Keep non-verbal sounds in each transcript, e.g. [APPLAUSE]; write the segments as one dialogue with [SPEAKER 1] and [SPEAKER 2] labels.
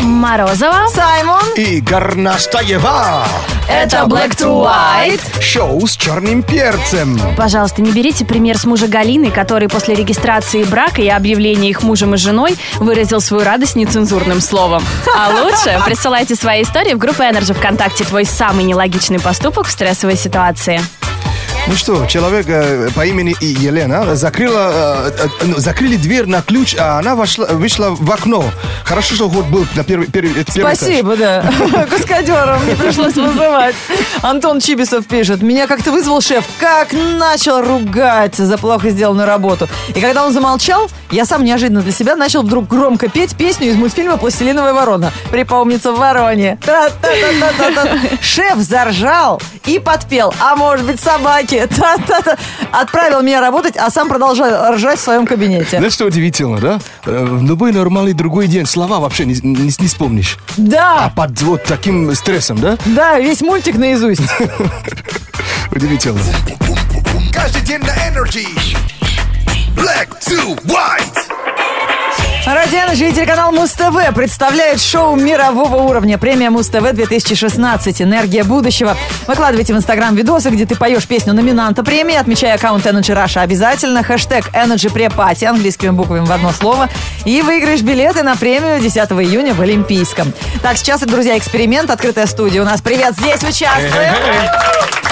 [SPEAKER 1] Морозова.
[SPEAKER 2] Саймон.
[SPEAKER 3] И Горнастаева.
[SPEAKER 2] Это Black to White.
[SPEAKER 3] Шоу с черным перцем.
[SPEAKER 1] Пожалуйста, не берите пример с мужа Галины, который после регистрации брака и объявления их мужем и женой выразил свою радость нецензурным словом. А лучше присылайте свои истории в группу Energy ВКонтакте «Твой самый нелогичный поступок в стрессовой ситуации».
[SPEAKER 3] Ну что, человек э, по имени И- Елена закрыла, э, э, ну, закрыли дверь на ключ, а она вошла, вышла в окно. Хорошо, что ход был на первый, первый, э, первый этаж.
[SPEAKER 2] Спасибо, да. [LAUGHS] Каскадером не пришлось вызывать. Антон Чибисов пишет. Меня как-то вызвал шеф. Как начал ругать за плохо сделанную работу. И когда он замолчал, я сам неожиданно для себя начал вдруг громко петь песню из мультфильма «Пластилиновая ворона». Припомнится в вороне. Та-та-та-та-та-та. Шеф заржал и подпел. А может быть собаки. Та-та-та. Отправил меня работать, а сам продолжал ржать в своем кабинете.
[SPEAKER 3] Знаешь, что удивительно, да? Э, В любой нормальный другой день слова вообще не, не- не вспомнишь. А
[SPEAKER 2] Да,
[SPEAKER 3] под вот таким стрессом, да?
[SPEAKER 2] да, весь мультик наизусть.
[SPEAKER 3] Удивительно.
[SPEAKER 4] Каждый день на Energy. Black to white.
[SPEAKER 2] Ради Energy и телеканал Муз-ТВ представляют шоу мирового уровня. Премия Муз-ТВ 2016. Энергия будущего. Выкладывайте в Инстаграм видосы, где ты поешь песню номинанта премии, отмечая аккаунт Energy Russia. Обязательно хэштег Energy Препати английскими буквами в одно слово. И выиграешь билеты на премию 10 июня в Олимпийском. Так, сейчас, друзья, эксперимент. Открытая студия у нас. Привет, здесь участвуем.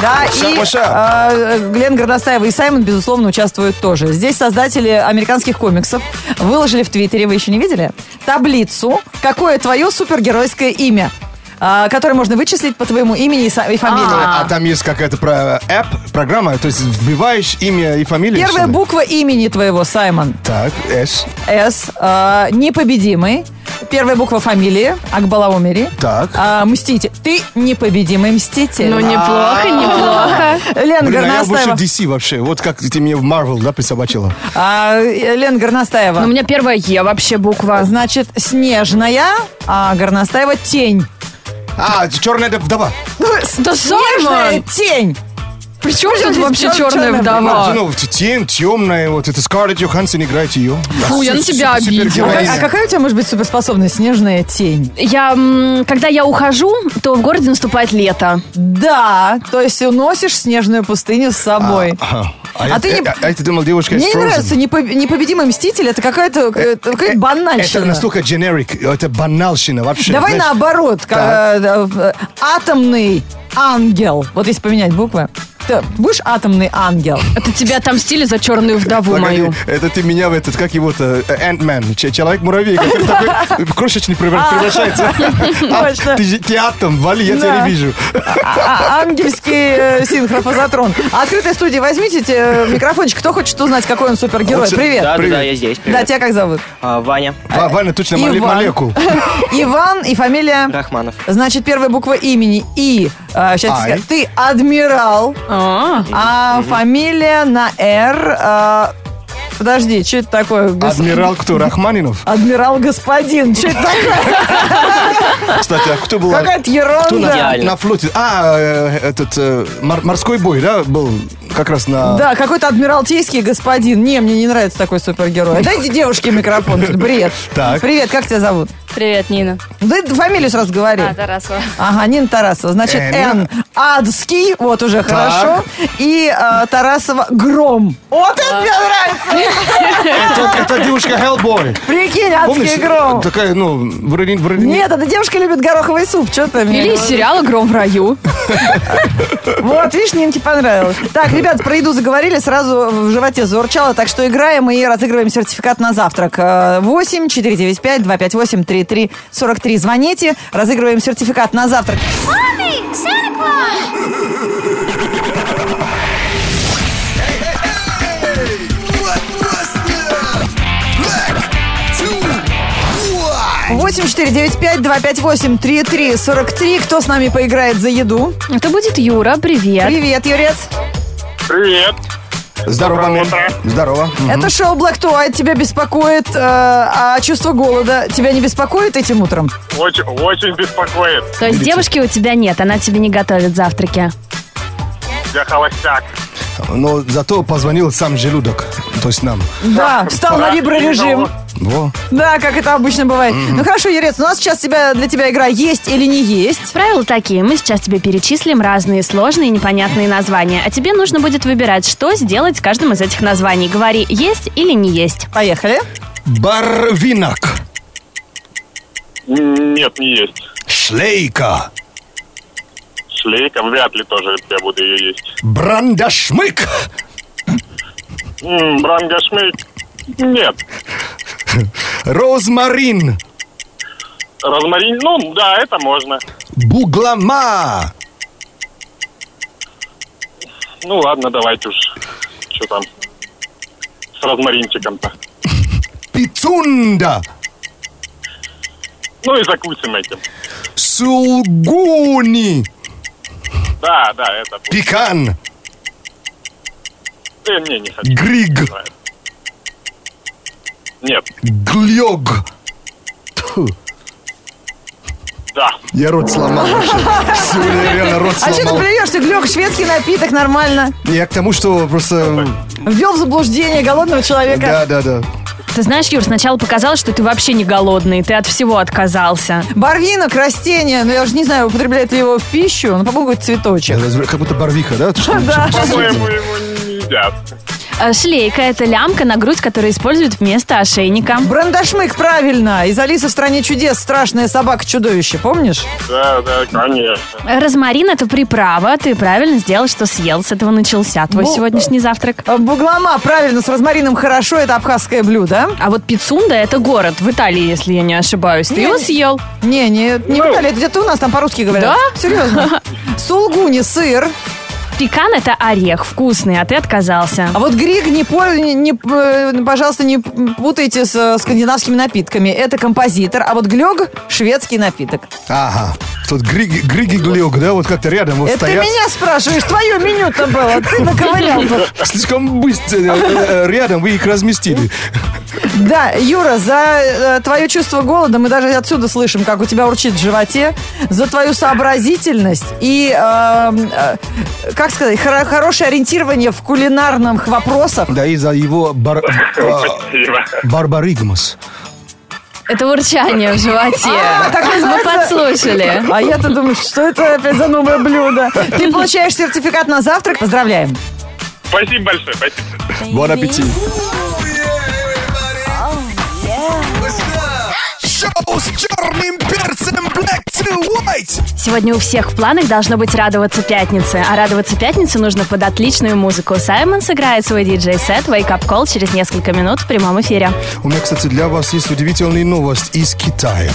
[SPEAKER 2] Да, и
[SPEAKER 3] Маша.
[SPEAKER 2] э, Глен Горностаева и Саймон, безусловно, участвуют тоже. Здесь создатели американских комиксов выложили в Твиттере, вы еще не видели, таблицу «Какое твое супергеройское имя?», э, которое можно вычислить по твоему имени и са- и фамилии.
[SPEAKER 3] А, там есть какая-то про э, app, программа, то есть вбиваешь имя и фамилию.
[SPEAKER 2] Первая
[SPEAKER 3] что ли?
[SPEAKER 2] буква имени твоего, Саймон.
[SPEAKER 3] Так, S.
[SPEAKER 2] С. э, непобедимый. Первая буква фамилии. Акбалаумери.
[SPEAKER 3] Так.
[SPEAKER 2] Э, мститель. Ты непобедимый мститель.
[SPEAKER 1] Ну, неплохо, неплохо.
[SPEAKER 2] Лен
[SPEAKER 3] Блин, а я больше
[SPEAKER 2] Горностаева.
[SPEAKER 3] DC вообще. Вот как ты мне в Marvel, да, присобачила.
[SPEAKER 2] А, э, Лен Горностаева.
[SPEAKER 1] Но Ну, у меня первая Е вообще буква.
[SPEAKER 2] Значит, снежная, а горностаева тень.
[SPEAKER 3] А, черная вдова.
[SPEAKER 1] Да
[SPEAKER 2] Ну, Снежная
[SPEAKER 1] Саймон!
[SPEAKER 2] тень.
[SPEAKER 1] Причем
[SPEAKER 2] Причем
[SPEAKER 1] тут
[SPEAKER 2] здесь
[SPEAKER 1] вообще
[SPEAKER 2] чер-
[SPEAKER 1] черная
[SPEAKER 2] черная
[SPEAKER 3] А,
[SPEAKER 1] вдова?
[SPEAKER 3] ну, тем, темная, вот это Скарлетт Йоханссон играет ее.
[SPEAKER 1] Фу, я на тебя
[SPEAKER 2] А,
[SPEAKER 3] обиделась.
[SPEAKER 2] как- а какая у тебя может быть суперспособность? Снежная тень.
[SPEAKER 1] Я, м, когда я ухожу, то в городе наступает лето.
[SPEAKER 2] Да, то есть уносишь снежную пустыню с собой.
[SPEAKER 3] А, а,
[SPEAKER 2] А
[SPEAKER 3] я,
[SPEAKER 2] ты не-
[SPEAKER 3] э, а, я думал, девушка
[SPEAKER 2] Мне
[SPEAKER 3] из
[SPEAKER 2] не
[SPEAKER 3] Frozen.
[SPEAKER 2] нравится непо- непобедимый мститель, это какая-то э, какая-то банальщина.
[SPEAKER 3] Это настолько generic, это банальщина вообще.
[SPEAKER 2] Давай
[SPEAKER 3] знаешь.
[SPEAKER 2] наоборот, как, э, э, атомный ангел. Вот если поменять буквы, ты будешь атомный ангел.
[SPEAKER 1] Это тебя отомстили за черную вдову
[SPEAKER 3] Погоди,
[SPEAKER 1] мою.
[SPEAKER 3] это ты меня в этот, как его-то, э, Ant-Man, че- Человек-муравей,
[SPEAKER 2] [LAUGHS]
[SPEAKER 3] который такой э, крошечный превра- превращается.
[SPEAKER 2] А. Точно.
[SPEAKER 3] А, Ты же ты атом, вали, я тебя
[SPEAKER 2] Да.
[SPEAKER 3] не вижу.
[SPEAKER 2] А- а- Ангельский э, синхрофазотрон. Открытая студия, возьмите те, э, микрофончик. Кто хочет узнать, какой он супергерой?
[SPEAKER 3] Вот с-
[SPEAKER 2] Привет.
[SPEAKER 5] Да, да,
[SPEAKER 3] Привет.
[SPEAKER 5] да, я здесь.
[SPEAKER 2] Да,
[SPEAKER 5] Привет.
[SPEAKER 2] тебя как зовут?
[SPEAKER 5] А, Ваня
[SPEAKER 3] Ва- Ваня точно моле-
[SPEAKER 2] Иван.
[SPEAKER 3] молекул.
[SPEAKER 2] [LAUGHS] Иван и фамилия?
[SPEAKER 5] Рахманов.
[SPEAKER 2] Значит, первая буква имени И. э, сейчас
[SPEAKER 3] Ай.
[SPEAKER 2] Ты адмирал,
[SPEAKER 1] А,
[SPEAKER 2] а фамилия на Р. э, подожди, что это такое? Гос-
[SPEAKER 3] Адмирал кто? Рахманинов?
[SPEAKER 2] Адмирал господин. Что это такое?
[SPEAKER 3] Кстати, а кто был?
[SPEAKER 2] Какая-то
[SPEAKER 3] Кто
[SPEAKER 2] ерунда.
[SPEAKER 3] на,
[SPEAKER 5] Идеально.
[SPEAKER 3] на флоте? А, э, этот э, мор- морской бой, да, был как раз на...
[SPEAKER 2] Да, какой-то адмиралтейский господин. Не, мне не нравится такой супергерой. Дайте девушке микрофон. это Бред.
[SPEAKER 3] Так.
[SPEAKER 2] Привет, как тебя зовут?
[SPEAKER 6] Привет, Нина.
[SPEAKER 2] Да это фамилию сразу говори.
[SPEAKER 6] А, Тарасова.
[SPEAKER 2] Ага, Нина Тарасова. Значит,
[SPEAKER 3] Эна.
[SPEAKER 2] Н. Адский, вот уже хорошо. И э, Тарасова Гром. Вот это мне нравится.
[SPEAKER 3] Это, это девушка Hellboy.
[SPEAKER 2] Прикинь, Адский Гром.
[SPEAKER 3] Такая, ну, вроде... вроде-
[SPEAKER 2] Нет, эта девушка любит гороховый суп. Что ты мне?
[SPEAKER 1] Или из
[SPEAKER 2] говоришь?
[SPEAKER 1] сериала «Гром в раю».
[SPEAKER 2] Вот, видишь, Нинке понравилось. Так, ребят, про еду заговорили, сразу в животе заурчало, так что играем и разыгрываем сертификат на завтрак. Э, 8 495 258 33 43. Звоните, разыгрываем сертификат на завтрак.
[SPEAKER 4] Hey, what was that? Black to white.
[SPEAKER 2] 8 495 258 33 43. Кто с нами поиграет за еду?
[SPEAKER 1] Это будет Юра, привет.
[SPEAKER 2] Привет, Юрец.
[SPEAKER 7] Привет.
[SPEAKER 3] Здорово,
[SPEAKER 7] Доброе
[SPEAKER 3] мэн.
[SPEAKER 7] утро.
[SPEAKER 3] Здорово.
[SPEAKER 2] Это шоу Black to White тебя беспокоит, э, а чувство голода тебя не беспокоит этим утром?
[SPEAKER 7] Очень, очень беспокоит.
[SPEAKER 1] То есть девушки у тебя нет, она тебе не готовит завтраки.
[SPEAKER 7] Я холостяк.
[SPEAKER 3] но зато позвонил сам желудок, то есть нам.
[SPEAKER 2] Да, встал на режим.
[SPEAKER 3] Во.
[SPEAKER 2] Да, как это обычно бывает. Ну хорошо, Ерец, у нас сейчас тебя, для тебя игра есть или не есть.
[SPEAKER 1] Правила такие. Мы сейчас тебе перечислим разные сложные и непонятные названия. А тебе нужно будет выбирать, что сделать с каждым из этих названий. Говори, есть или не есть.
[SPEAKER 2] Поехали.
[SPEAKER 3] Барвинак.
[SPEAKER 7] Нет, не есть.
[SPEAKER 3] Шлейка.
[SPEAKER 7] Шлейка вряд ли тоже я буду ее есть.
[SPEAKER 3] Брандашмык.
[SPEAKER 7] М, Брангашмейк? Нет.
[SPEAKER 3] Розмарин.
[SPEAKER 7] Розмарин? Ну, да, это можно.
[SPEAKER 3] Буглама.
[SPEAKER 7] Ну, ладно, давайте уж. Что там? С розмаринчиком-то.
[SPEAKER 3] Пицунда.
[SPEAKER 7] Ну и закусим этим.
[SPEAKER 3] Сулгуни.
[SPEAKER 7] Да, да, это будет.
[SPEAKER 3] Пикан.
[SPEAKER 7] Э, не, не хочу.
[SPEAKER 3] Григ.
[SPEAKER 7] Нет,
[SPEAKER 3] Глёг. Тьфу,
[SPEAKER 7] да.
[SPEAKER 3] Я рот сломал вообще. Сегодня я реально рот
[SPEAKER 2] А что ты
[SPEAKER 3] сломал.
[SPEAKER 2] плюешься, Глёк, шведский напиток, нормально.
[SPEAKER 3] Я к тому, что просто...
[SPEAKER 2] Ввел в заблуждение голодного человека.
[SPEAKER 3] Да, да, да.
[SPEAKER 1] Ты знаешь, Юр, сначала показалось, что ты вообще не голодный. Ты от всего отказался.
[SPEAKER 2] Барвинок, растение, ну я уже не знаю, употребляет ли его в пищу, но, по-моему, какой-то цветочек.
[SPEAKER 3] Это Как будто барвиха, да?
[SPEAKER 2] [LAUGHS] Да.
[SPEAKER 7] По-моему, его не едят.
[SPEAKER 1] А, Шлейка – это лямка на грудь, которую используют вместо ошейника.
[SPEAKER 2] Брандашмык, правильно. Из Алисы в стране чудес страшная собака-чудовище, помнишь?
[SPEAKER 7] Да, да, конечно.
[SPEAKER 1] Розмарин – это приправа. Ты правильно сделал, что съел. С этого начался твой
[SPEAKER 2] Бу-
[SPEAKER 1] сегодняшний завтрак.
[SPEAKER 2] А, Буглама, правильно, с розмарином хорошо, это абхазское блюдо.
[SPEAKER 1] А вот Пицунда – это город в Италии, если я не ошибаюсь. Ты
[SPEAKER 2] Не,
[SPEAKER 1] его
[SPEAKER 2] не.
[SPEAKER 1] съел.
[SPEAKER 2] Не, не, не
[SPEAKER 7] Ну.
[SPEAKER 2] пытали, это где-то у нас там по-русски говорят.
[SPEAKER 1] Да?
[SPEAKER 2] Серьезно. Сулгуни, сыр.
[SPEAKER 1] Пекан – это орех вкусный, а ты отказался.
[SPEAKER 2] А вот грик, не, по- не- не, э, пожалуйста, не путайте с э, скандинавскими напитками. Это композитор, а вот глёг – шведский напиток.
[SPEAKER 3] Ага. Тут григи, григи глёг, да? Вот как-то рядом вот
[SPEAKER 2] Это ты
[SPEAKER 3] стоят.
[SPEAKER 2] меня спрашиваешь, твое меню-то было, ты наковырял тут.
[SPEAKER 3] Слишком быстро э, э, рядом вы их разместили.
[SPEAKER 2] Да, Юра, за э, твое чувство голода мы даже отсюда слышим, как у тебя урчит в животе, за твою сообразительность и, э, э, как сказать, хоро- хорошее ориентирование в кулинарном вопросах.
[SPEAKER 3] Да, и за его бар, а,
[SPEAKER 7] Спасибо.
[SPEAKER 3] барбаригмас.
[SPEAKER 1] Это урчание в животе.
[SPEAKER 2] А, так
[SPEAKER 1] Мы
[SPEAKER 2] называется?
[SPEAKER 1] подслушали.
[SPEAKER 2] А я-то думаю, что это опять за новое блюдо. Ты получаешь сертификат на завтрак, поздравляем.
[SPEAKER 7] Спасибо большое, спасибо.
[SPEAKER 3] Бон аппетит.
[SPEAKER 4] Oh yeah, everybody.
[SPEAKER 2] Oh,
[SPEAKER 4] What's up? Шоу с черным перцем Black to White.
[SPEAKER 1] Сегодня у всех в планах должно быть радоваться пятнице. А радоваться пятнице нужно под отличную музыку. Саймон сыграет свой диджей-сет «Wake Up Call» через несколько минут в прямом эфире.
[SPEAKER 3] У меня, кстати, для вас есть удивительная новость из Китая.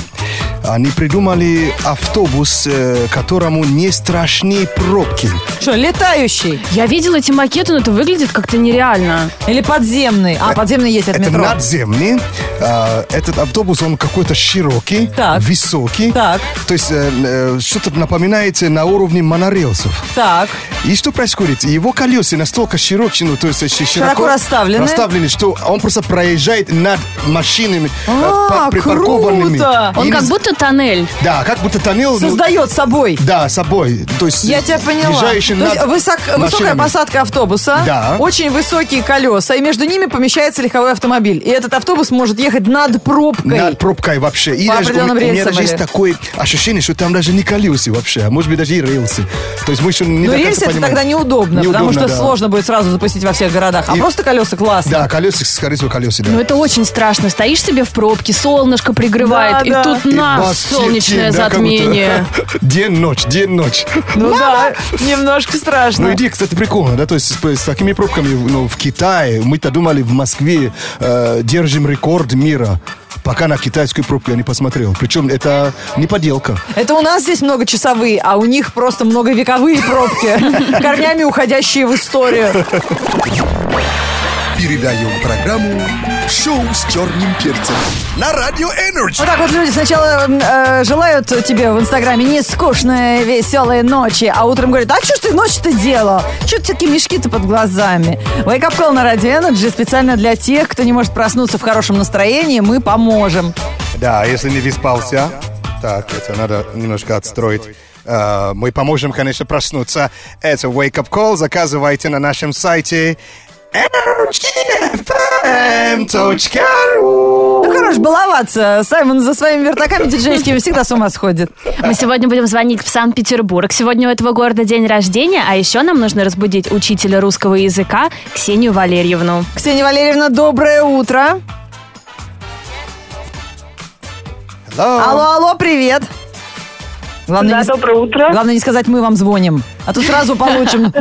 [SPEAKER 3] Они придумали автобус, э, которому не страшнее пробки.
[SPEAKER 2] Что, летающий
[SPEAKER 1] Я видела эти макеты, но это выглядит как-то нереально.
[SPEAKER 2] или подземный? А, подземный есть от
[SPEAKER 3] Это
[SPEAKER 2] метро.
[SPEAKER 3] надземный. Э, Этот автобус, он какой-то широкий,
[SPEAKER 2] Так.
[SPEAKER 3] высокий.
[SPEAKER 2] Так.
[SPEAKER 3] То есть э, э, что-то напоминает на уровне монорельсов.
[SPEAKER 2] Так.
[SPEAKER 3] И что происходит? Его колеса настолько широкие, ну, то есть щи- широко,
[SPEAKER 2] Широко расставлены.
[SPEAKER 3] расставлены, что он просто проезжает над машинами, э,
[SPEAKER 2] А,
[SPEAKER 3] пар- припаркованными.
[SPEAKER 2] круто!
[SPEAKER 1] Он
[SPEAKER 3] И
[SPEAKER 1] как
[SPEAKER 3] раз-
[SPEAKER 1] будто тоннель.
[SPEAKER 3] Да, как будто тоннел. ну,
[SPEAKER 2] Создает собой.
[SPEAKER 3] да, собой. То есть
[SPEAKER 2] Я тебя поняла. То есть
[SPEAKER 3] езжающий над
[SPEAKER 2] высок- высокая
[SPEAKER 3] машинами.
[SPEAKER 2] посадка автобуса,
[SPEAKER 3] Да.
[SPEAKER 2] очень высокие колеса, и между ними помещается легковой автомобиль. И этот автобус может ехать над пробкой.
[SPEAKER 3] Над пробкой вообще. И
[SPEAKER 2] По
[SPEAKER 3] даже, у, меня-
[SPEAKER 2] определенным
[SPEAKER 3] у меня
[SPEAKER 2] рельсам
[SPEAKER 3] даже есть
[SPEAKER 2] или-
[SPEAKER 3] такое ощущение, что там даже не колеса вообще, а может быть даже и рельсы. То есть мы еще не до
[SPEAKER 2] Но
[SPEAKER 3] конца
[SPEAKER 2] рельсы это
[SPEAKER 3] понимаем.
[SPEAKER 2] тогда неудобно, потому что
[SPEAKER 3] да.
[SPEAKER 2] сложно будет сразу запустить во всех городах. А
[SPEAKER 3] И-
[SPEAKER 2] просто колеса классно.
[SPEAKER 3] Да, колеса, скорее всего, колеса, да.
[SPEAKER 1] Но Ну, это очень страшно. Стоишь себе в пробке, солнышко пригревает,
[SPEAKER 2] Да,
[SPEAKER 1] и
[SPEAKER 2] да.
[SPEAKER 1] тут
[SPEAKER 3] И
[SPEAKER 1] на
[SPEAKER 3] бас,
[SPEAKER 1] солнечное
[SPEAKER 3] тень, да, как будто.
[SPEAKER 1] затмение.
[SPEAKER 3] [LAUGHS] День-ночь, день-ночь.
[SPEAKER 2] Ну да, немножко
[SPEAKER 3] Ну,
[SPEAKER 2] страшно.
[SPEAKER 3] идея, кстати, прикольная, да, то есть с, с такими пробками ну, в Китае, мы-то думали, в Москве э, держим рекорд мира, пока на китайскую пробку я не посмотрел. Причем это не поделка.
[SPEAKER 2] Это у нас здесь многочасовые, а у них просто многовековые пробки, [LAUGHS] корнями уходящие в историю.
[SPEAKER 4] Передаем программу «Шоу с черным перцем» на Радио Энерджи.
[SPEAKER 2] Вот так вот люди сначала м, э, желают тебе в Инстаграме не скучные, веселые ночи, а утром говорят, а что ж ты ночью-то делал? Что ты такие мешки-то под глазами? Wake Up Call на Радио Energy специально для тех, кто не может проснуться в хорошем настроении, мы поможем.
[SPEAKER 3] Да, если не выспался, так, это надо немножко отстроить. Э, Э, Мы поможем, конечно, проснуться. Это Wake Up Call. Заказывайте на нашем сайте energyfm.ru
[SPEAKER 2] Ну, хорош баловаться. Саймон за своими вертаками диджейскими всегда с ума сходит.
[SPEAKER 1] Мы сегодня будем звонить в Санкт-Петербург. Сегодня у этого города день рождения, а еще нам нужно разбудить учителя русского языка Ксению Валерьевну.
[SPEAKER 2] Ксения Валерьевна, доброе утро.
[SPEAKER 3] Hello.
[SPEAKER 2] Алло, алло, привет. Главное, не...
[SPEAKER 5] Да,
[SPEAKER 2] с-
[SPEAKER 5] доброе утро.
[SPEAKER 2] Главное не сказать, мы вам звоним. А то сразу
[SPEAKER 5] [LAUGHS]
[SPEAKER 2] получим.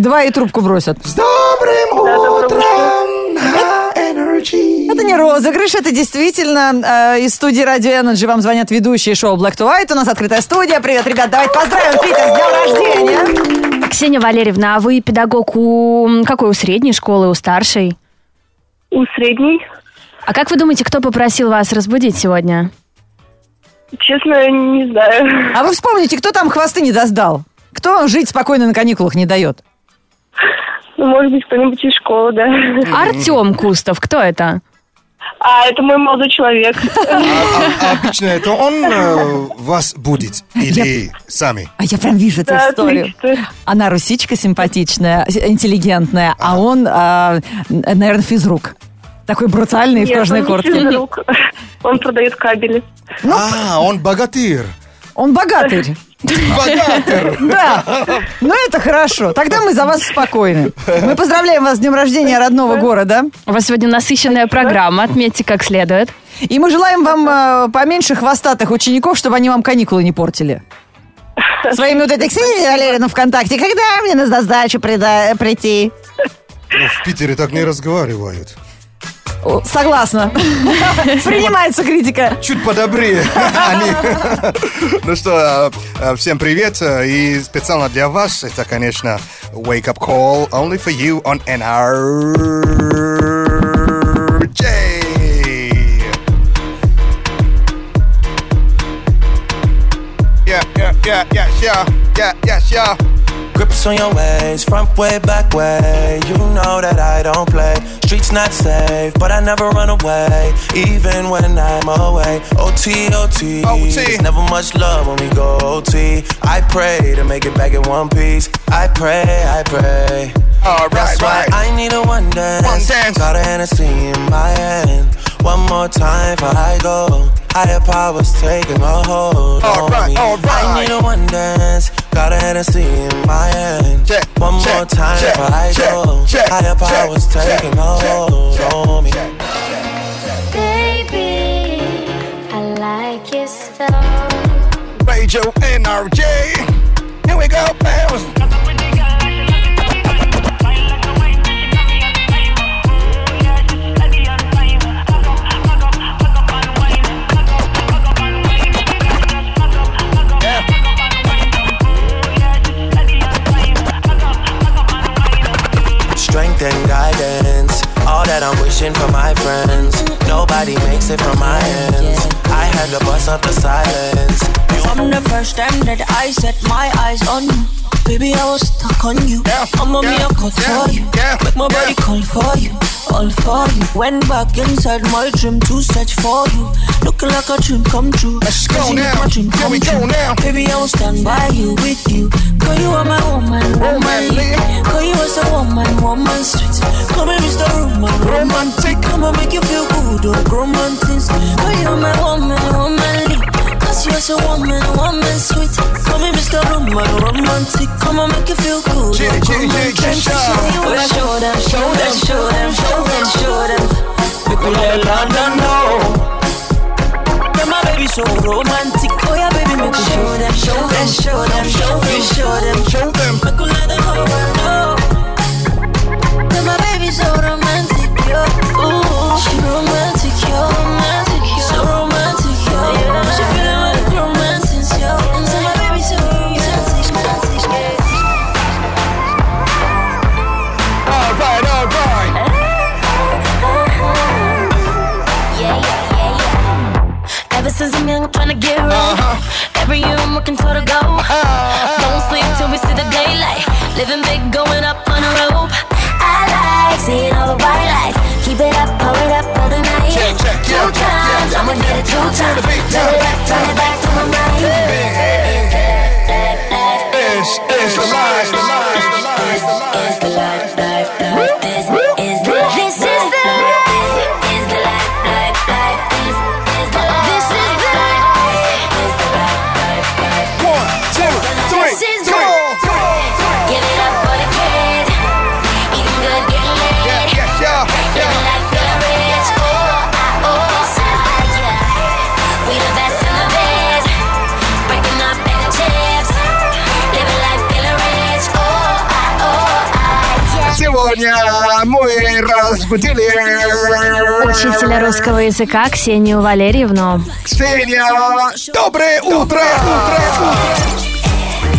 [SPEAKER 2] Два и трубку бросят.
[SPEAKER 3] С добрым
[SPEAKER 8] [LAUGHS]
[SPEAKER 5] доброе
[SPEAKER 3] утром на Energy.
[SPEAKER 2] Это не розыгрыш, это действительно э, из студии Радио Energy вам звонят ведущие шоу Black to White. У нас открытая студия. Привет, ребят, давайте поздравим Питер с днем рождения.
[SPEAKER 1] Ксения Валерьевна, а вы педагог у м, какой? У средней школы, у старшей?
[SPEAKER 5] У средней.
[SPEAKER 1] А как вы думаете, кто попросил вас разбудить сегодня?
[SPEAKER 5] Честно, не знаю.
[SPEAKER 2] А вы вспомните, кто там хвосты не доздал? Кто вам жить спокойно на каникулах не дает?
[SPEAKER 5] Ну, может быть, кто-нибудь из школы, да.
[SPEAKER 1] Артем Кустов, кто это?
[SPEAKER 5] А это мой молодой
[SPEAKER 2] [LAUGHS]
[SPEAKER 5] человек.
[SPEAKER 3] А- а Обычно это он э, вас будет или сами?
[SPEAKER 2] А я прям вижу эту
[SPEAKER 5] Да,
[SPEAKER 2] историю.
[SPEAKER 5] отлично.
[SPEAKER 2] Она русичка симпатичная, с- интеллигентная, а он, а, н- наверное, физрук. Такой брутальный в
[SPEAKER 5] Нет,
[SPEAKER 2] кожаной
[SPEAKER 5] он не
[SPEAKER 2] куртке.
[SPEAKER 5] физрук. Он продает кабели.
[SPEAKER 3] А, он богатырь.
[SPEAKER 2] Он богатырь.
[SPEAKER 3] Богатырь.
[SPEAKER 2] Да. Ну, это хорошо. Тогда мы за вас спокойны. Мы поздравляем вас с днем рождения родного города.
[SPEAKER 1] У вас сегодня насыщенная программа, отметьте как следует.
[SPEAKER 2] И мы желаем вам э, поменьше хвостатых учеников, чтобы они вам каникулы не портили. Своими вот этой Ксении Валерьевна ну, ВКонтакте. Когда мне на сдачу прида- прийти?
[SPEAKER 3] Ну, В Питере так не разговаривают.
[SPEAKER 2] О, Согласна. Принимается критика.
[SPEAKER 3] Чуть подобрее [LAUGHS] они. Ну что, э, э, всем привет. э, И специально для вас это, конечно, Wake Up Call Only for You on NRJ. Yeah, yeah, yeah, yeah, yeah, yeah, yeah, yeah.
[SPEAKER 6] Grips on your ways, front way, back way. You know that I don't play. Streets not safe, but I never run away. Even when I'm away. OT, OT.
[SPEAKER 3] OT.
[SPEAKER 6] There's never much love when we go OT. I pray to make it back in one piece. I pray, I pray.
[SPEAKER 3] All right,
[SPEAKER 6] That's why
[SPEAKER 3] right.
[SPEAKER 6] I need a one dance.
[SPEAKER 3] One dance.
[SPEAKER 6] Got a Hennessy in my hand. One more time before I go. Higher powers taking a hold
[SPEAKER 3] All
[SPEAKER 6] on
[SPEAKER 3] right,
[SPEAKER 6] me.
[SPEAKER 3] all
[SPEAKER 6] I
[SPEAKER 3] right.
[SPEAKER 6] need a one dance. Got a Hennessy in my hand.
[SPEAKER 3] Check,
[SPEAKER 6] One
[SPEAKER 3] check,
[SPEAKER 6] more time
[SPEAKER 3] check,
[SPEAKER 6] before I
[SPEAKER 3] check,
[SPEAKER 6] go.
[SPEAKER 3] check,
[SPEAKER 6] Higher
[SPEAKER 3] check,
[SPEAKER 6] powers
[SPEAKER 3] check,
[SPEAKER 6] taking a
[SPEAKER 3] check,
[SPEAKER 6] hold
[SPEAKER 3] check,
[SPEAKER 6] on me.
[SPEAKER 3] check.
[SPEAKER 9] Baby, I like your style.
[SPEAKER 3] Radio NRJ. Here we go, pals.
[SPEAKER 6] Strength and guidance. All that I'm wishing for my friends. Nobody makes it from my hands. I had to bust up the silence. You
[SPEAKER 8] From the first time that I set my eyes on you, baby, I was stuck on you. I'm a
[SPEAKER 3] yeah,
[SPEAKER 8] miracle for
[SPEAKER 3] yeah,
[SPEAKER 8] you.
[SPEAKER 3] yeah,
[SPEAKER 8] Make my
[SPEAKER 3] yeah.
[SPEAKER 8] body call for you, all for you. Went back inside my dream to search for you. Looking like a dream come true.
[SPEAKER 3] Let's go
[SPEAKER 8] Cause you
[SPEAKER 3] now.
[SPEAKER 8] make my dream
[SPEAKER 3] Here
[SPEAKER 8] come
[SPEAKER 3] we go
[SPEAKER 8] true.
[SPEAKER 3] now.
[SPEAKER 8] Baby, I will stand by you with you. Girl, you are my woman, woman. Girl, you are so woman, woman sweet. Come here, Mr. Roman, romantic. Come and make you feel good, oh, romantic. Girl, you are my woman, womanly. Cause you're so woman, woman sweet. Come here, Mr. Roman, romantic. Come and make you feel good, oh,
[SPEAKER 3] Chitty, chitty, chitty,
[SPEAKER 8] romantic.
[SPEAKER 3] chitty, chitty.
[SPEAKER 8] Well, show them, show them, show them, show them, show them. People let London know. Yeah, my baby so romantic. Oh yeah, baby, make you show them, show them, show them, show them, show them, show them. Make you let the whole world know. Yeah, my baby so romantic, yo. Ooh, she romantic, yo. Romantic, yo. So romantic, yo. She feeling like romance, yo. So my baby so romantic, romantic, yeah.
[SPEAKER 3] All right, all right.
[SPEAKER 8] Uh-huh,
[SPEAKER 9] Ever since I'm young, trying to get right.
[SPEAKER 1] Uh-huh.
[SPEAKER 9] Every year I'm working toward a goal. Don't sleep till we see the daylight. Living big, going up on a rope. I like seeing all the bright lights. Keep it up, pull it up for the night.
[SPEAKER 3] Check, check,
[SPEAKER 9] two
[SPEAKER 3] check, check,
[SPEAKER 9] times,
[SPEAKER 3] check.
[SPEAKER 9] I'ma get it two times.
[SPEAKER 3] big
[SPEAKER 9] Turn it back, turn it back to my mind.
[SPEAKER 4] сегодня мы разбудили.
[SPEAKER 1] Учителя русского языка Ксению Валерьевну.
[SPEAKER 4] Ксения, доброе утро! утро, утро.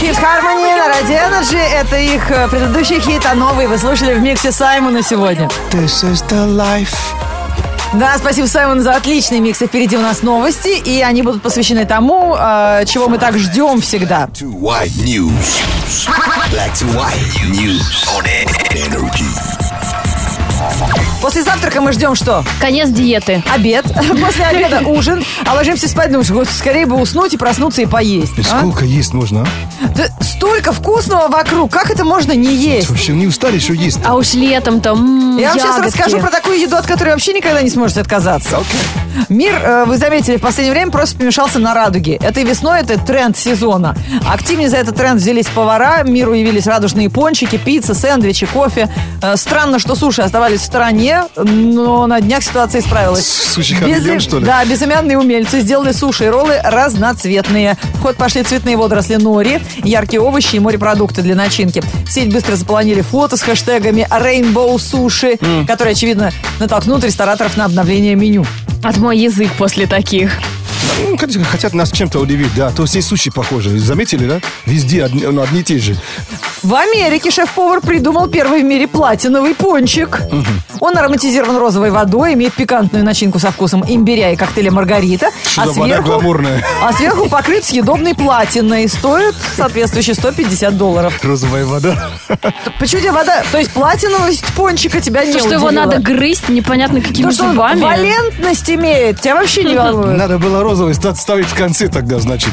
[SPEAKER 2] Фифс Хармони на Ради Энерджи. Это их э, предыдущий хит, а новый вы слушали в миксе Саймона сегодня.
[SPEAKER 4] This is the life.
[SPEAKER 2] Да, спасибо, Саймон, за отличный микс. И впереди у нас новости, и они будут посвящены тому, э, чего мы так ждем всегда.
[SPEAKER 4] To white news. Black to white news. On energy.
[SPEAKER 2] После завтрака мы ждем что?
[SPEAKER 1] Конец диеты.
[SPEAKER 2] Обед. [LAUGHS] После обеда ужин. А ложимся спать, думаешь, «Господи, скорее бы уснуть и проснуться и поесть.
[SPEAKER 3] И
[SPEAKER 2] А?
[SPEAKER 3] Сколько есть нужно? а?
[SPEAKER 2] Да столько вкусного вокруг. Как это можно не есть?
[SPEAKER 3] Вообще не устали, что есть.
[SPEAKER 1] А уж летом там
[SPEAKER 2] Я вам сейчас расскажу про такую еду, от которой вообще никогда не сможете отказаться. Мир, э, вы заметили, в последнее время просто помешался на радуге. Этой весной это тренд сезона. Активнее за этот тренд взялись повара, миру явились радужные пончики, пицца, сэндвичи, кофе. Э, Странно, что суши оставались в стороне, но на днях ситуация исправилась. э,
[SPEAKER 3] Суши хамелеон, что ли?
[SPEAKER 2] Да, безымянные умельцы сделали суши и роллы разноцветные. В ход пошли цветные водоросли нори, яркие овощи и морепродукты для начинки. Сеть быстро заполонили фото с хэштегами Rainbow Sushi, которые, очевидно, натолкнут рестораторов на обновление меню.
[SPEAKER 1] От мой язык после таких.
[SPEAKER 3] Ну, конечно, хотят нас чем-то удивить, да. А То все суши похожи. Заметили, да? Везде одни, ну, одни и те же.
[SPEAKER 2] В Америке шеф-повар придумал первый в мире платиновый пончик. Он ароматизирован розовой водой, имеет пикантную начинку со вкусом имбиря и коктейля маргарита.
[SPEAKER 3] Что за вода гламурная?
[SPEAKER 2] а сверху покрыт съедобной платиной. Стоит соответствующие 150 долларов.
[SPEAKER 3] Розовая вода.
[SPEAKER 2] Почему тебе вода... То есть платиновость пончика тебя не
[SPEAKER 1] То, что его
[SPEAKER 2] удивила?
[SPEAKER 1] надо грызть непонятно какими
[SPEAKER 2] То, что он
[SPEAKER 1] зубами.
[SPEAKER 2] валентность имеет, тебя вообще не волнует.
[SPEAKER 3] Надо было розовый ста- ставить в конце тогда, значит.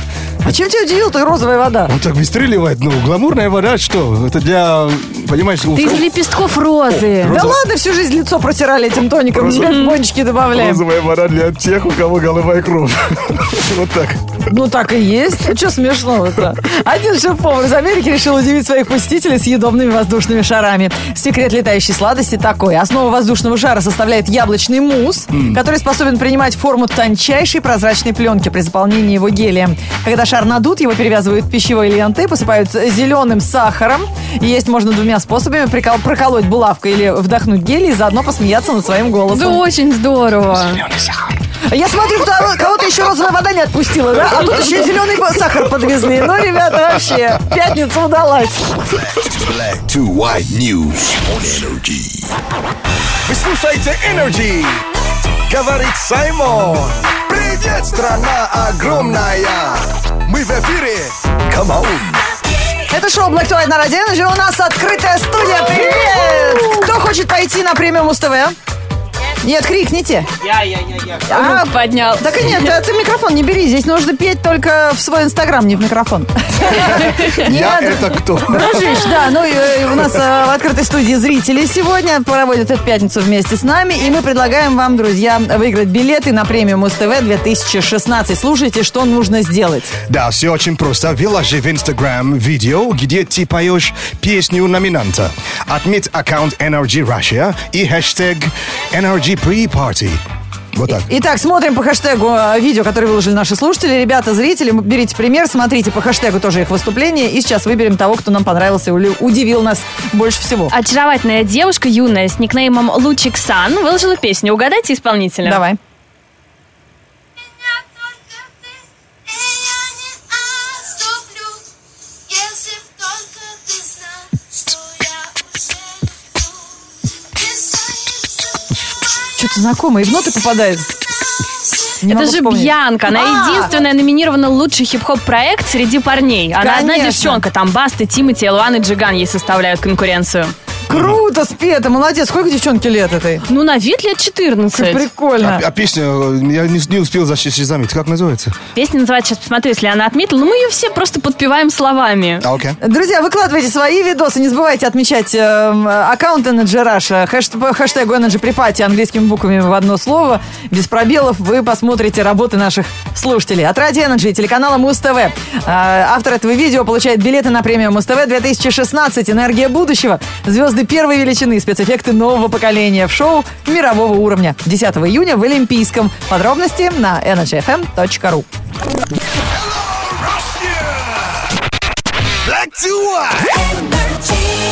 [SPEAKER 2] А чем тебя удивила то розовая вода?
[SPEAKER 3] Он так выстреливает. Ну, гламурная вода, что? Это для, понимаешь, у
[SPEAKER 1] Ты из лепестков розы.
[SPEAKER 2] Да ладно, всю жизнь лицо протирали этим тоником, теперь в пончики добавляем.
[SPEAKER 3] розовая вода для тех, у кого голова и кровь. [LAUGHS] Вот так.
[SPEAKER 2] Ну так и есть. А что смешного-то? Один шеф-повар из Америки решил удивить своих посетителей съедобными воздушными шарами. Секрет летающей сладости такой. Основу воздушного шара составляет яблочный мусс, который способен принимать форму тончайшей прозрачной пленки при заполнении его гелием. Когда шар надут, его перевязывают пищевой лентой, посыпают зеленым сахаром. И есть можно двумя способами. Прикол- проколоть булавкой или вдохнуть гелий и заодно посмеяться над своим голосом.
[SPEAKER 1] Да очень здорово.
[SPEAKER 2] Я смотрю, кто- кого-то еще розовая вода не отпустила, да? А тут еще и зеленый сахар подвезли. Ну, ребята, вообще, пятница удалась.
[SPEAKER 4] Black to white news. On energy. Вы слушаете Energy. Говорит Саймон. Привет, страна огромная. Мы в эфире. Come on.
[SPEAKER 2] Это шоу Black to White на Радио Energy. У нас открытая студия. Привет! Кто хочет пойти на премиум с ТВ? Нет, крикните. Я, я, я, я.
[SPEAKER 1] Руку поднял.
[SPEAKER 2] А, так и нет, ты- ты микрофон не бери. Здесь нужно петь только в свой инстаграм, не в микрофон. [LAUGHS] Не
[SPEAKER 3] Я
[SPEAKER 2] надо.
[SPEAKER 3] это кто?
[SPEAKER 2] Дружишь, да. Ну, и, э, у нас э, в открытой студии зрители сегодня проводят эту пятницу вместе с нами. И мы предлагаем вам, друзья, выиграть билеты на премию Муз-ТВ 2016. Слушайте, что нужно сделать.
[SPEAKER 3] Да, все очень просто. Выложи в Instagram видео, где ты поешь песню номинанта. Отметь аккаунт Energy Russia и хэштег Energy Pre-Party. Вот так.
[SPEAKER 2] Итак, смотрим по хэштегу э, видео, которое выложили наши слушатели. Ребята, зрители, м- берите пример, смотрите по хэштегу тоже их выступление. И сейчас выберем того, кто нам понравился или удивил нас больше всего.
[SPEAKER 1] Очаровательная девушка юная с никнеймом Лучик Сан выложила песню. Угадайте исполнителя.
[SPEAKER 2] Давай. Что-то знакомое, и в ноты попадает. Не
[SPEAKER 1] Это
[SPEAKER 2] могу
[SPEAKER 1] же
[SPEAKER 2] вспомнить.
[SPEAKER 1] Бьянка. Она
[SPEAKER 2] А!
[SPEAKER 1] единственная номинирована лучший хип-хоп проект среди парней. Она одна
[SPEAKER 2] Конечно.
[SPEAKER 1] девчонка. Там Басты, Тимати, Элван и Джиган ей составляют конкуренцию.
[SPEAKER 2] Круто, Спета, молодец. Сколько девчонке лет этой?
[SPEAKER 1] Ну, на вид лет 14.
[SPEAKER 3] А,
[SPEAKER 2] Прикольно.
[SPEAKER 3] а песня, э, я не, не успел за щ- заметить. Как называется?
[SPEAKER 1] Песня называется, сейчас посмотрю, если она отметила. Но мы ее все просто подпеваем словами.
[SPEAKER 3] А, окей.
[SPEAKER 2] Друзья, выкладывайте свои видосы, не забывайте отмечать эм, аккаунт Energy Russia, хэш- по хэштегу Energy Припати английскими буквами в одно слово, без пробелов, вы посмотрите работы наших слушателей. От Ради Energy и телеканала А, Муз-ТВ. автор этого видео получает билеты на премию Муз-ТВ 2016 «Энергия будущего». Звезды Звезды первой величины, спецэффекты нового поколения в шоу мирового уровня. 10 июня в Олимпийском. Подробности на nhfm.ru.
[SPEAKER 4] Black to white.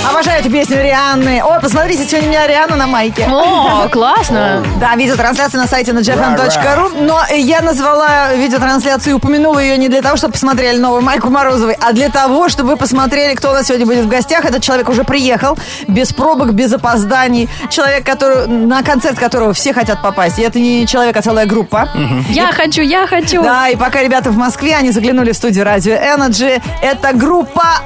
[SPEAKER 2] Обожаю эту песню Рианны. О, посмотрите, сегодня у меня Рианна на майке.
[SPEAKER 1] О, классно.
[SPEAKER 2] Да, видеотрансляция на сайте на jfm.ru. Но я назвала видеотрансляцию и упомянула ее не для того, чтобы посмотрели новую Майку Морозовой, а для того, чтобы вы посмотрели, кто у нас сегодня будет в гостях. Этот человек уже приехал, без пробок, без опозданий. Человек, который, на концерт которого все хотят попасть. И это не человек, а целая группа.
[SPEAKER 1] [LAUGHS] Я хочу, я хочу.
[SPEAKER 2] Да, и пока ребята в Москве, они заглянули в студию радио Energy. Это группа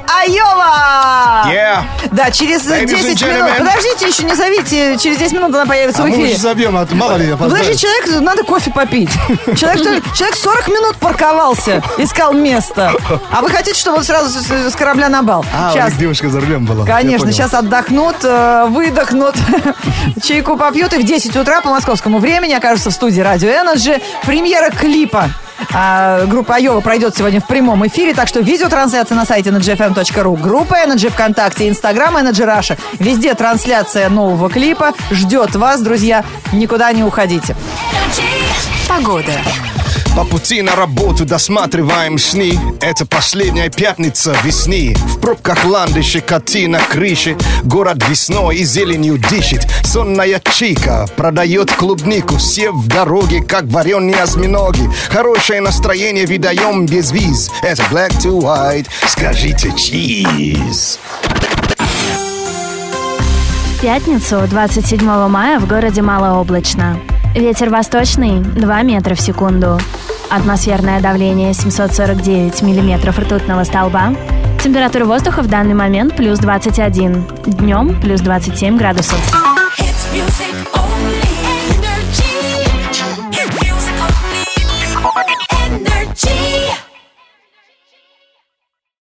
[SPEAKER 2] Айова!
[SPEAKER 3] Yeah.
[SPEAKER 2] Да, через
[SPEAKER 3] and
[SPEAKER 2] 10 минут.
[SPEAKER 3] gentlemen.
[SPEAKER 2] Подождите, еще не зовите. Через 10 минут она появится
[SPEAKER 3] А
[SPEAKER 2] в
[SPEAKER 3] мы
[SPEAKER 2] эфире.
[SPEAKER 3] уже забьем, а то мало ли опоздает.
[SPEAKER 2] Подожди, человек, надо кофе попить. Человек, только- человек 40 минут парковался, искал место. А вы хотите, чтобы он сразу с, с корабля на бал?
[SPEAKER 3] А, у
[SPEAKER 2] сейчас.
[SPEAKER 3] них девушка за рулем была. Я
[SPEAKER 2] Конечно,
[SPEAKER 3] понял.
[SPEAKER 2] сейчас отдохнут, э, выдохнут, [LAUGHS] чайку попьют и в 10 утра по московскому времени окажутся в студии Радио Energy. Премьера клипа а, группа Айова пройдет сегодня в прямом эфире, так что видеотрансляция на сайте energyfm.ru, группа Energy ВКонтакте, Инстаграм Energy Раша. Везде трансляция нового клипа ждет вас, друзья. Никуда не уходите.
[SPEAKER 9] Погода.
[SPEAKER 3] По пути на работу досматриваем сны Это последняя пятница весны В пробках ландыши, коти на крыше Город весной и зеленью дышит Сонная чика продает клубнику Все в дороге, как вареные осьминоги Хорошее настроение видаем без виз Это black to white, скажите чиз
[SPEAKER 1] В пятницу, 27 мая, в городе малооблачно. Ветер восточный 2 метра в секунду. Атмосферное давление 749 миллиметров ртутного столба. Температура воздуха в данный момент плюс 21. Днем плюс 27 градусов.
[SPEAKER 9] Hits music